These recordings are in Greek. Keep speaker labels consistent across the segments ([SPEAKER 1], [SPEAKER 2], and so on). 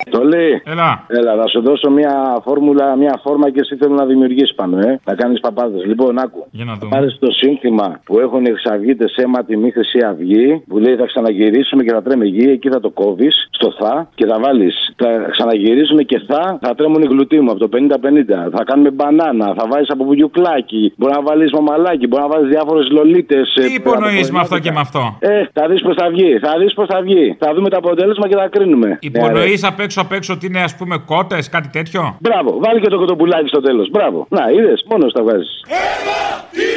[SPEAKER 1] Αποστολή.
[SPEAKER 2] Έλα.
[SPEAKER 1] Έλα, θα σου δώσω μια φόρμουλα, μια φόρμα και εσύ θέλω να δημιουργήσεις πάνω, ε. Να κάνεις παπάδες. Λοιπόν, άκου.
[SPEAKER 2] Για να δούμε.
[SPEAKER 1] Πάρες το σύνθημα που έχουν οι εξαυγίτε αίμα τη μη χρυσή αυγή, που λέει θα ξαναγυρίσουμε και θα τρέμε γη, εκεί θα το κόβεις στο θα και θα βάλεις. Θα ξαναγυρίσουμε και θα, θα τρέμουν οι γλουτοί μου από το 50-50. Θα κάνουμε μπανάνα, θα βάλει από βουγιουκλάκι, μπορεί να βάλεις μαμαλάκι, μπορεί να βάλει διάφορες λολίτες.
[SPEAKER 2] Τι υπονοείς με αυτό και με
[SPEAKER 3] Ναι,
[SPEAKER 2] αυτό.
[SPEAKER 1] Ε, θα δεις πώς θα βγει, θα δεις πώς θα βγει. Θα δούμε το αποτέλεσμα και θα κρίνουμε. Ναι, ρε.
[SPEAKER 2] Υπονοεί απ' έξω απ' έξω ότι είναι ας πούμε κότες, κάτι τέτοιο.
[SPEAKER 1] Μπράβο, βάλει και το κοτοπουλάκι στο τέλος. Μπράβο. Να, είδες, μόνος τα βγάζει.
[SPEAKER 4] Έμα τη μη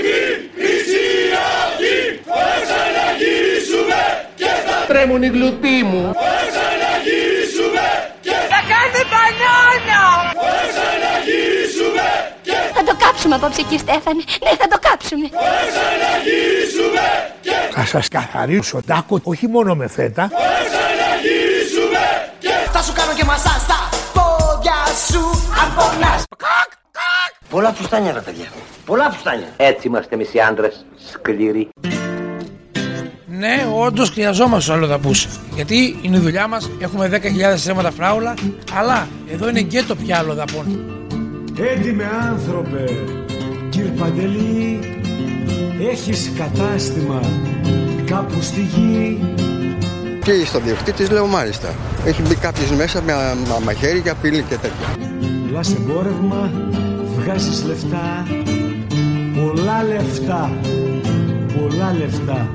[SPEAKER 4] μισή αυγή Θα ξαναγυρίσουμε και θα
[SPEAKER 5] Τρέμουν οι γλουτοί μου.
[SPEAKER 4] Θα ξαναγυρίσουμε και
[SPEAKER 6] Θα κάνετε μπανάνα!
[SPEAKER 4] θα ξαναγυρίσουμε και
[SPEAKER 7] Θα το κάψουμε απόψε εκεί, Στέφανε. Ναι, θα το κάψουμε.
[SPEAKER 4] θα ξαναγυρίσουμε και
[SPEAKER 8] Θα σας καθαρίσω τάκο όχι μόνο με φέτα.
[SPEAKER 4] θα ξαναγυρίσουμε και
[SPEAKER 5] Θα σου κάνω και μασά στα πόδια σου αν πονάς. Κακ, κακ. Πολλά φουστάνια ρε παιδιά. Πολλά φουστάνια. Έτσι είμαστε εμείς οι άντρες. Σκληροί.
[SPEAKER 9] Ναι, όντως χρειαζόμαστε άλλο δαπού. Γιατί είναι η δουλειά μας, έχουμε 10.000 θέματα φράουλα, αλλά εδώ είναι γκέτο πια άλλο δαπών.
[SPEAKER 10] Έντιμε άνθρωπε, κύρ Παντελή, έχεις κατάστημα κάπου στη γη.
[SPEAKER 11] Και στον διευθυντή λέω μάλιστα. Έχει μπει κάποιος μέσα με α- μα- μαχαίρι για πύλη και τέτοια.
[SPEAKER 10] Πουλάς εμπόρευμα, βγάζεις λεφτά, πολλά λεφτά, πολλά λεφτά.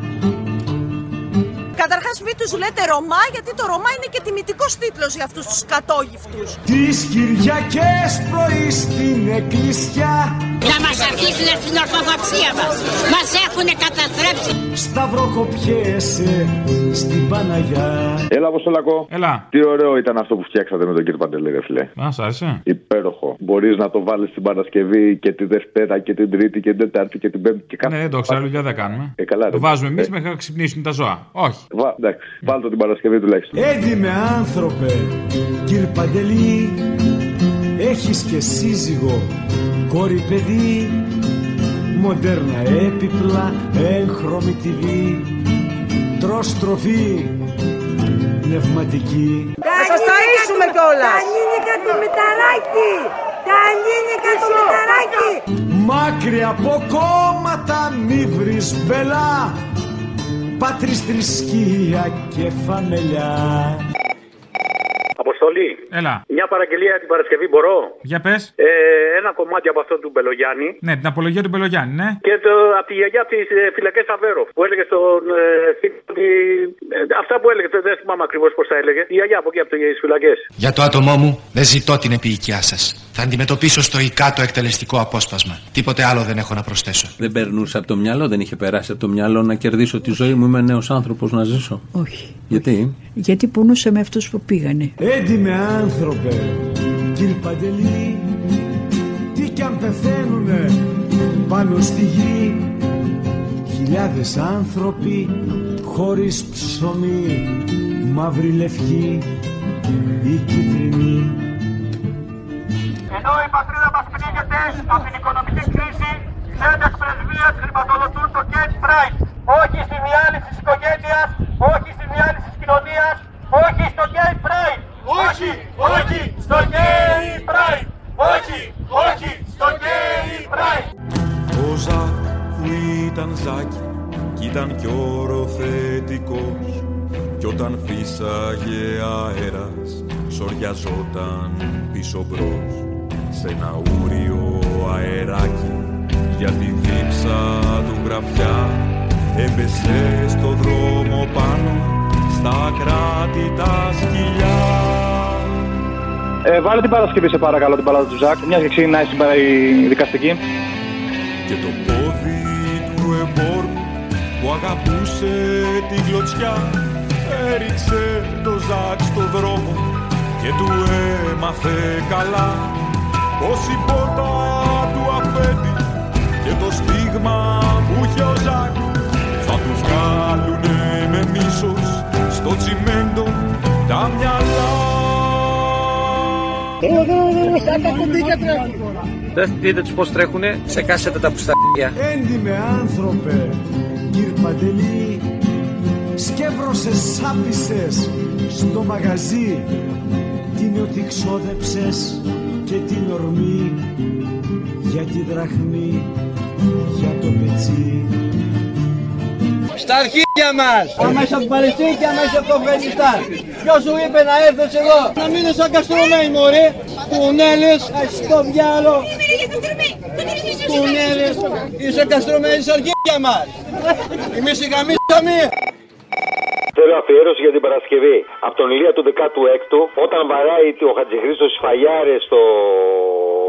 [SPEAKER 6] Καταρχάς μην τους λέτε Ρωμά, γιατί το Ρωμά είναι και τιμητικός τίτλος για αυτούς τους κατόγυφτους.
[SPEAKER 10] Τις Κυριακές πρωί στην εκκλησιά,
[SPEAKER 12] Να μας αρχίσουν στην ορθοδοξία μας. Μας έχουν καταστρέψει.
[SPEAKER 10] σταυροκοπιέσαι στην Παναγιά.
[SPEAKER 3] Έλα, Αποστολακό.
[SPEAKER 2] Έλα.
[SPEAKER 3] Τι ωραίο ήταν αυτό που φτιάξατε με τον κύριο Παντελή, ρε φιλέ.
[SPEAKER 2] Α, σ' άρεσε.
[SPEAKER 3] Υπέροχο. Μπορείς να το βάλεις την Παρασκευή και τη Δευτέρα και την Τρίτη και την Τετάρτη και την Πέμπτη και κάθε.
[SPEAKER 2] Ναι, δεν το ξέρω, δουλειά δεν κάνουμε.
[SPEAKER 3] Ε, καλά,
[SPEAKER 2] Το
[SPEAKER 3] ρε.
[SPEAKER 2] βάζουμε εμείς
[SPEAKER 3] Ε.
[SPEAKER 2] μέχρι να ξυπνήσουν τα ζώα. Όχι.
[SPEAKER 3] Βα... Εντάξει, βάλτε την Παρασκευή τουλάχιστον.
[SPEAKER 10] Έντιμε άνθρωπε, κύρ Παντελή, έχεις και σύζυγο, κόρη παιδί, μοντέρνα έπιπλα, έγχρωμη τυλή, τρως τροφή, πνευματική.
[SPEAKER 6] Θα σας ταΐσουμε κιόλας!
[SPEAKER 10] Μάκρυ από κόμματα μη βρεις μπελά, πάτρις θρησκεία και φαμελιά.
[SPEAKER 13] Αποστολή.
[SPEAKER 2] Έλα.
[SPEAKER 13] Μια παραγγελία την Παρασκευή μπορώ.
[SPEAKER 2] Για πες.
[SPEAKER 13] Ε, ένα κομμάτι από αυτό του Μπελογιάννη.
[SPEAKER 2] Ναι, την απολογία του Μπελογιάννη, ναι.
[SPEAKER 13] Και το, από τη γιαγιά από τι φυλακές Αβέροφ που έλεγε στον ε, φίλο ότι. ε, αυτά που έλεγε, δεν δεν θυμάμαι ακριβώς πώς τα έλεγε. Η γιαγιά από εκεί από τις φυλακές.
[SPEAKER 14] Για το άτομό μου δεν ζητώ την επιοικιά σας. Θα αντιμετωπίσω στοικά το εκτελεστικό απόσπασμα. Τίποτε άλλο δεν έχω να προσθέσω.
[SPEAKER 15] Δεν περνούσε από το μυαλό, δεν είχε περάσει από το μυαλό να κερδίσω τη ζωή μου. Είμαι νέος άνθρωπος να ζήσω.
[SPEAKER 16] Όχι.
[SPEAKER 15] Γιατί?
[SPEAKER 16] Γιατί πονούσα με αυτούς που πήγανε.
[SPEAKER 10] Έντιμε άνθρωπε, κύριε Παντελή, τι κι αν πεθαίνουνε πάνω στη γη. Χιλιάδες άνθρωποι χωρίς ψωμί, μαύρη λευκή ή κίτρινη.
[SPEAKER 4] Ενώ η πατρίδα μας πνίγεται από την οικονομική κρίση, ξένες πρεσβείες χρηματοδοτούν το Gate Price. Όχι στη διάλυση της οικογένειας, όχι στη διάλυση της κοινωνίας, όχι στο Gate Price. Όχι, όχι στο Gate Price. Όχι, όχι στο Gate Price.
[SPEAKER 17] Ο Ζακ που ήταν Ζάκη κι ήταν κι οροθετικός κι όταν φύσαγε αέρας σοριαζόταν πίσω μπρος σε ένα ούριο αεράκι για τη δίψα του γραφιά έπεσε στο δρόμο πάνω στα κράτη τα σκυλιά
[SPEAKER 18] Ε, βάλε την Παρασκευή, σε παρακαλώ, την παλάτα του Ζακ. Μιας και ξεκινάει σήμερα η δικαστική.
[SPEAKER 17] και το πόδι του εμπόρου που αγαπούσε τη γλωτσιά έριξε το ζάκ στο δρόμο και του έμαθε καλά πως η πότα του αφέτη και το στίγμα που είχε ο Ζακ θα του βγάλουνε με μίσος στο τσιμέντο τα μυαλά
[SPEAKER 19] Δεν δείτε τους πώς τρέχουνε, ξεκάσετε τα πουστάκια.
[SPEAKER 10] Έντιμε άνθρωπε, κύριε Παντελή, σκεύρωσες σάπισες στο μαγαζί την ότι ξόδεψες και την ορμή για τη δραχμή, για το πετσί.
[SPEAKER 11] Στα αρχίδια μας! Αμέσως από την Παλαιστίνη και αμέσως από το Αφγανιστάν. Ποιος σου είπε να έρθεις εδώ, να μείνεις σαν καστρωμένη μωρέ. Κουνέλες, ας το διάλο. Κουνέλες, ναι, είσαι καστρωμένη στα αρχίδια μας. Εμείς οι γαμίσαμε.
[SPEAKER 1] Θέλω αφιέρωση για την Παρασκευή. Από τον Ηλία του 16ου, όταν βαράει ο Χατζηχρήστος Σφαγιάρε στο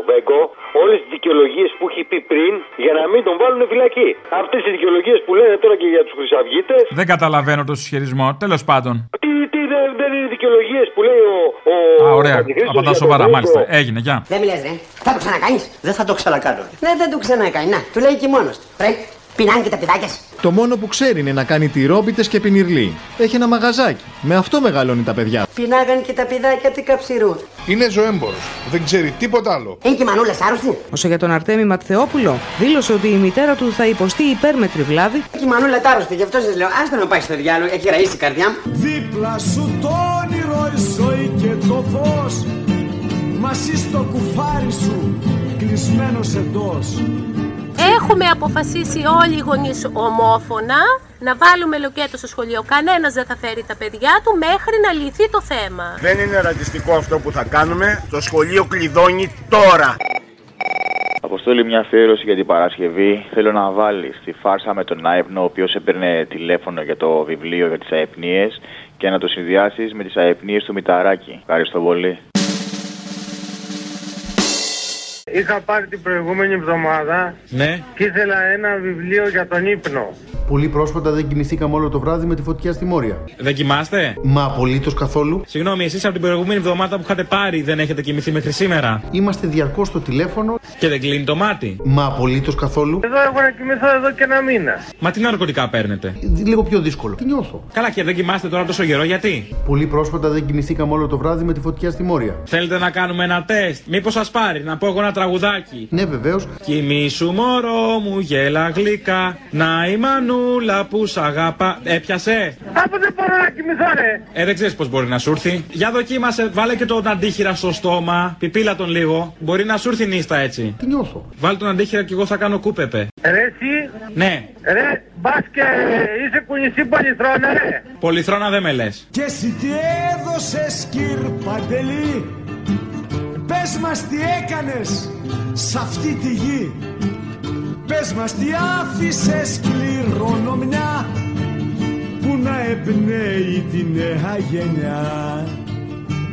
[SPEAKER 1] Βέγκο, όλες τις δικαιολογίες που έχει πει πριν για να μην τον βάλουν φυλακή. Αυτές τι δικαιολογίες που λένε τώρα και για τους Χρυσαυγίτες,
[SPEAKER 20] Δεν καταλαβαίνω τον συσχετισμό. Τέλος πάντων.
[SPEAKER 1] τι, τι δεν, δεν είναι δικαιολογίες που λέει ο, ο
[SPEAKER 3] Ε,
[SPEAKER 20] Α, ωραία.
[SPEAKER 1] Χατζηχρήστος
[SPEAKER 20] Από τα
[SPEAKER 1] για τον
[SPEAKER 20] σοβαρά,
[SPEAKER 1] Βέγκο.
[SPEAKER 20] μάλιστα. Έγινε, γεια.
[SPEAKER 21] Δεν μιλες ρε. Θα το ξανακάνεις. Δεν θα το ξανακάνω. Ναι, δεν το ξανακάνει. Να, του λέει και μόνος του. Ρε, πεινάνε και τα πηδάκια σου.
[SPEAKER 22] Το μόνο που ξέρει είναι να κάνει τυρόπιτες και πινιρλί. Έχει ένα μαγαζάκι. Με αυτό μεγαλώνει τα παιδιά.
[SPEAKER 21] Πεινάγαν και τα πηδάκια του καψιρού.
[SPEAKER 22] Είναι ζωέμπορος. Δεν ξέρει τίποτα άλλο.
[SPEAKER 21] Είναι και η μανούλα σ' άρρωστη.
[SPEAKER 23] Όσο για τον Αρτέμι Ματθεόπουλο, δήλωσε ότι η μητέρα του θα υποστεί υπέρμετρη βλάβη.
[SPEAKER 21] Και η μανούλα τ' άρρωστη. Γι' αυτό σας λέω, άστα να πάει στο διάλογο. Έχει ραΐσει η καρδιά μου.
[SPEAKER 10] Δίπλα σου το όνειρο, η ζωή και το φως Μαζί στο κουφάρι σου, κλεισμένος εντός
[SPEAKER 24] Έχουμε αποφασίσει όλοι οι γονείς ομόφωνα να βάλουμε λοκέτο στο σχολείο. Κανένας δεν θα φέρει τα παιδιά του μέχρι να λυθεί το θέμα.
[SPEAKER 25] Δεν είναι ρατσιστικό αυτό που θα κάνουμε. Το σχολείο κλειδώνει τώρα.
[SPEAKER 26] Αποστόλη μια αφιέρωση για την Παρασκευή. Θέλω να βάλει τη φάρσα με τον άϊπνο, ο οποίος έπαιρνε τηλέφωνο για το βιβλίο για τις αεπνίες και να το συνδυάσεις με τις αεπνίες του Μηταράκη. Ευχαριστώ πολύ.
[SPEAKER 4] Είχα πάρει την προηγούμενη εβδομάδα
[SPEAKER 27] Ναι.
[SPEAKER 4] και ήθελα ένα βιβλίο για τον ύπνο.
[SPEAKER 27] Πολύ πρόσφατα δεν κοιμηθήκαμε όλο το βράδυ με τη φωτιά στη Μόρια. Δεν κοιμάστε? Μα απολύτως καθόλου.
[SPEAKER 2] Συγγνώμη, εσείς από την προηγούμενη εβδομάδα που είχατε πάρει δεν έχετε κοιμηθεί μέχρι σήμερα.
[SPEAKER 27] Είμαστε διαρκώς στο τηλέφωνο.
[SPEAKER 2] Και δεν κλείνει το μάτι.
[SPEAKER 27] Μα απολύτως καθόλου.
[SPEAKER 4] Εδώ έχω να κοιμηθώ εδώ και ένα μήνα.
[SPEAKER 2] Μα τι ναρκωτικά παίρνετε.
[SPEAKER 27] Λίγο πιο δύσκολο. Τι νιώθω.
[SPEAKER 2] Καλά και δεν κοιμάστε τώρα τόσο καιρό γιατί.
[SPEAKER 27] Πολύ πρόσφατα δεν κοιμηθήκαμε όλο το βράδυ με τη φωτιά στη Μόρια.
[SPEAKER 2] Θέλετε να κάνουμε ένα τεστ. Μήπως σας πάρει να πω εγώ ένα τραγουδάκι.
[SPEAKER 27] Ναι, βεβαίως.
[SPEAKER 2] Κοιμήσου μωρό μου γέλα γλυκά Να η μανούλα που σ' αγαπά Έπιασε
[SPEAKER 4] Από δεν μπορώ να κοιμηθώ ρε
[SPEAKER 2] Ε δεν ξέρεις πως μπορεί να σου έρθει Για δοκίμασε βάλε και τον αντίχειρα στο στόμα Πιπίλα τον λίγο Μπορεί να σου έρθει νύστα έτσι
[SPEAKER 27] Τι νιώθω.
[SPEAKER 2] Βάλ τον αντίχειρα και εγώ θα κάνω κούπεπε
[SPEAKER 4] Ρε εσύ,
[SPEAKER 2] Ναι
[SPEAKER 4] ρε μπας και ε, είσαι κουνησί πολυθρόνα ρε
[SPEAKER 2] Πολυθρόνα δεν με λες
[SPEAKER 10] Και εσύ τι έδωσες κύρ Παντελή Πες μας τι έκανες σ' αυτή τη γη Πες μας τι άφησες κληρονομιά Που να εμπνέει τη νέα γενιά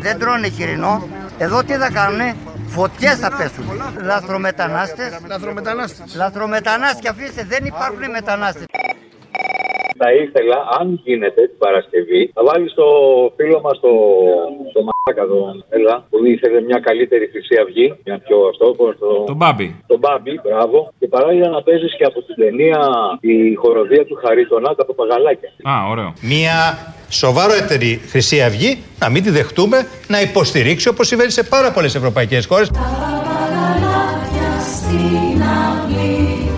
[SPEAKER 21] Δεν τρώνε χοιρινό. Εδώ τι θα κάνουνε. Φωτιές θα πέσουν. Λαθρομετανάστες. Λαθρομετανάστες. Λαθρομετανάστες και αφήστε δεν υπάρχουν μετανάστες.
[SPEAKER 3] Θα ήθελα, αν γίνεται την Παρασκευή, να βάλεις το φίλο μας το, το μαλάκα τον Έλα, που ήθελε μια καλύτερη Χρυσή Αυγή, μια πιο αυτό, όπως το,
[SPEAKER 20] Τον Μπάμπι.
[SPEAKER 3] τον Μπάμπι, μπράβο. Και παράλληλα να παίζεις και από την ταινία η χοροδία του Χαρίτονα, τα παπαγαλάκια.
[SPEAKER 20] Α, ωραίο.
[SPEAKER 28] Μια σοβαρότερη Χρυσή Αυγή, να μην τη δεχτούμε, να υποστηρίξει όπως συμβαίνει σε πάρα πολλές ευρωπαϊκές χώρες.
[SPEAKER 7] Παλάκια στην αυλή,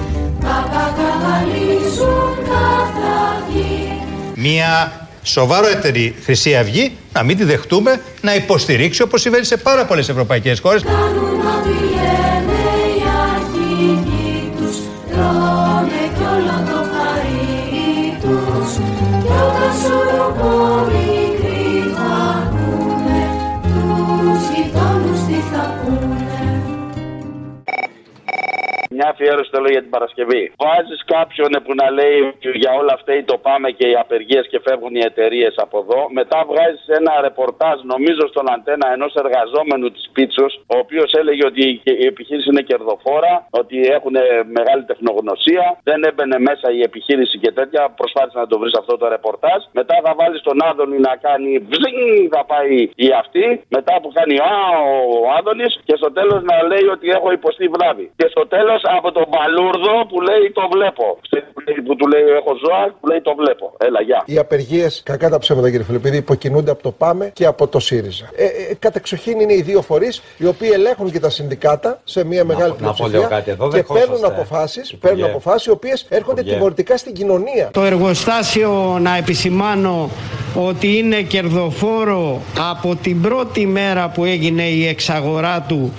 [SPEAKER 7] τα πακαβαλίζουν καθαργή.
[SPEAKER 28] Μια σοβαρότερη Χρυσή Αυγή, να μην τη δεχτούμε, να υποστηρίξει όπως συμβαίνει σε πάρα πολλές ευρωπαϊκές χώρες.
[SPEAKER 7] Κάνουν ό,τι λένε οι αρχηγοί τους, τρώνε κι όλο το χαρί τους. Κι όταν σωροπορεί κρυφά ακούνε, τους γειτόνους τι θα πούνε.
[SPEAKER 3] Μια αφιέρωση θέλω για την Παρασκευή. Βάζεις κάποιον που να λέει για όλα αυτά ή το πάμε και οι απεργίες και φεύγουν οι εταιρείες από εδώ. Μετά βγάζεις ένα ρεπορτάζ, νομίζω στον αντένα ενός εργαζόμενου της Πίτσος, ο οποίος έλεγε ότι η επιχείρηση είναι κερδοφόρα, ότι έχουν μεγάλη τεχνογνωσία, δεν έμπαινε μέσα η επιχείρηση και τέτοια. Προσπάθησε να το βρεις αυτό το ρεπορτάζ. Μετά θα βάλεις τον Άδωνη να κάνει βζινγκ, θα πάει η αυτή. Μετά που κάνει α, ο Άδωνης και στο τέλος να λέει ότι έχω υποστεί βλάβη. Και στο τέλος
[SPEAKER 1] από τον Παλούρδο που λέει το βλέπω. Στη- Που του λέει έχω ζώα, που λέει το βλέπω. Έλα, γεια.
[SPEAKER 11] Οι απεργίες, κακά τα ψέματα κύριε Φιλιππίδη, υποκινούνται από το ΠΑΜΕ και από το ΣΥΡΙΖΑ. Ε, ε, κατεξοχήν είναι οι δύο φορείς οι οποίοι ελέγχουν και τα συνδικάτα σε μια μεγάλη
[SPEAKER 29] να πω
[SPEAKER 11] πλειοψηφία
[SPEAKER 29] λίγο κάτι εδώ,
[SPEAKER 11] και
[SPEAKER 29] δεχόσαστε,
[SPEAKER 11] παίρνουν
[SPEAKER 29] ε.
[SPEAKER 11] αποφάσει παίρνουν
[SPEAKER 29] Υπουργέ.
[SPEAKER 11] αποφάσεις οι οποίες έρχονται
[SPEAKER 29] Υπουργέ.
[SPEAKER 11] τιμωρητικά στην κοινωνία.
[SPEAKER 30] Το εργοστάσιο να επισημάνω ότι είναι κερδοφόρο από την πρώτη μέρα που έγινε η εξαγορά του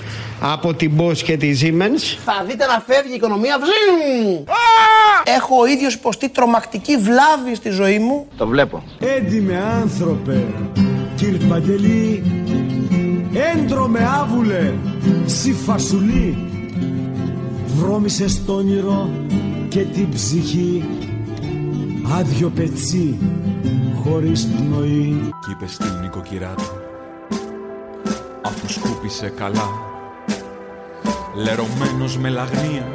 [SPEAKER 30] από την Bosch και τη Siemens. Θα δείτε να φεύγει η οικονομία. Βζιμ! Έχω ο ίδιος υποστεί τρομακτική βλάβη στη ζωή μου.
[SPEAKER 10] Το βλέπω. Έντιμε άνθρωπε, κύρ Παντελή, έντρομε άβουλε, σι φασουλή. Βρώμησες το όνειρο και την ψυχή, άδειο πετσί, χωρίς πνοή.
[SPEAKER 3] Κι είπες στην νοικοκυρά του Αφού σκούπισε καλά Λερωμένος με λαγνία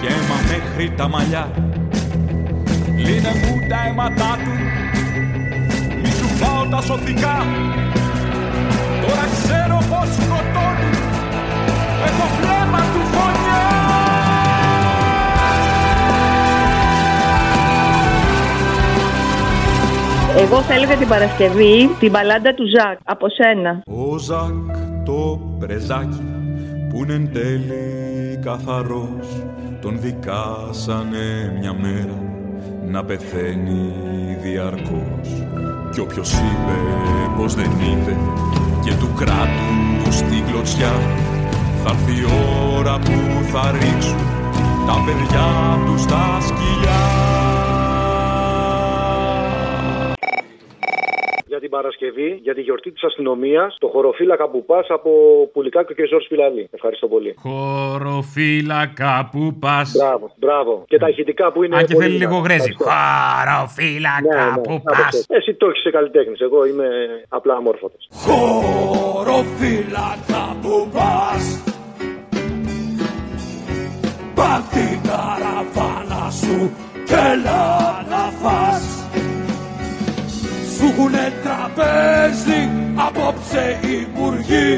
[SPEAKER 3] Και αίμα μέχρι τα μαλλιά Λύνε μου τα αίματά του Μη σου φάω τα σωθικά Τώρα ξέρω πως σκοτώνει Έχω βλέμμα του φωνιά
[SPEAKER 7] Εγώ θα έλεγα την Παρασκευή την παλάντα του Ζακ από σένα.
[SPEAKER 3] Ο Ζακ το πρεζάκι που είναι εν τέλει καθαρός Τον δικάσανε μια μέρα να πεθαίνει διαρκώς Κι όποιος είπε πως δεν είδε και του κράτους την κλωτσιά Θα έρθει η ώρα που θα ρίξουν τα παιδιά τους στα σκυλιά
[SPEAKER 4] Για την Παρασκευή, για τη γιορτή της αστυνομίας, το χωροφύλακα που πας από Πουλικάκο και Ζόρι Πιλαλή. Ευχαριστώ πολύ.
[SPEAKER 2] Χωροφύλακα που πας.
[SPEAKER 4] Μπράβο, μπράβο. Και τα ηχητικά που είναι.
[SPEAKER 2] Αν και
[SPEAKER 4] πολύ
[SPEAKER 2] θέλει
[SPEAKER 4] δυνατά.
[SPEAKER 2] λίγο γρέζι.
[SPEAKER 4] Ευχαριστώ.
[SPEAKER 2] Χωροφύλακα
[SPEAKER 4] Ναι, ναι,
[SPEAKER 2] που
[SPEAKER 4] κάπως
[SPEAKER 2] πα.
[SPEAKER 4] έτσι. Εσύ το έχεις σε καλλιτέχνης. Εγώ είμαι απλά αμόρφωτος.
[SPEAKER 3] Χωροφύλακα που πας Πάρ' την καραβάνα σου και έλα να φας Σου έχουνε τραπέζι απόψε υπουργοί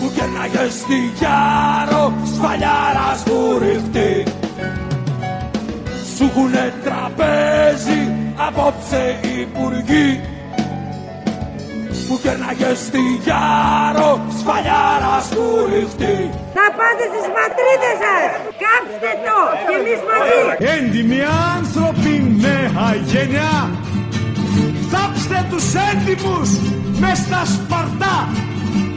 [SPEAKER 3] Που κερνάγε στη Γιάρο σφαλιάρα σκουριχτή Σου έχουνε τραπέζι απόψε υπουργοί που κερνάγε στη Γιάρο σφαλιάρα σκουριχτή
[SPEAKER 31] Θα πάτε στις ματρίδες σας! Κάψτε το! Και εμείς μαζί!
[SPEAKER 10] Έντιμοι άνθρωποι, νέα γενιά, θάψτε τους έντιμους μες στα σπαρτά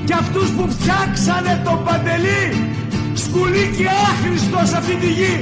[SPEAKER 10] και αυτούς που φτιάξανε τον Παντελή, σκουλή και άχρηστο σε αυτή τη γη.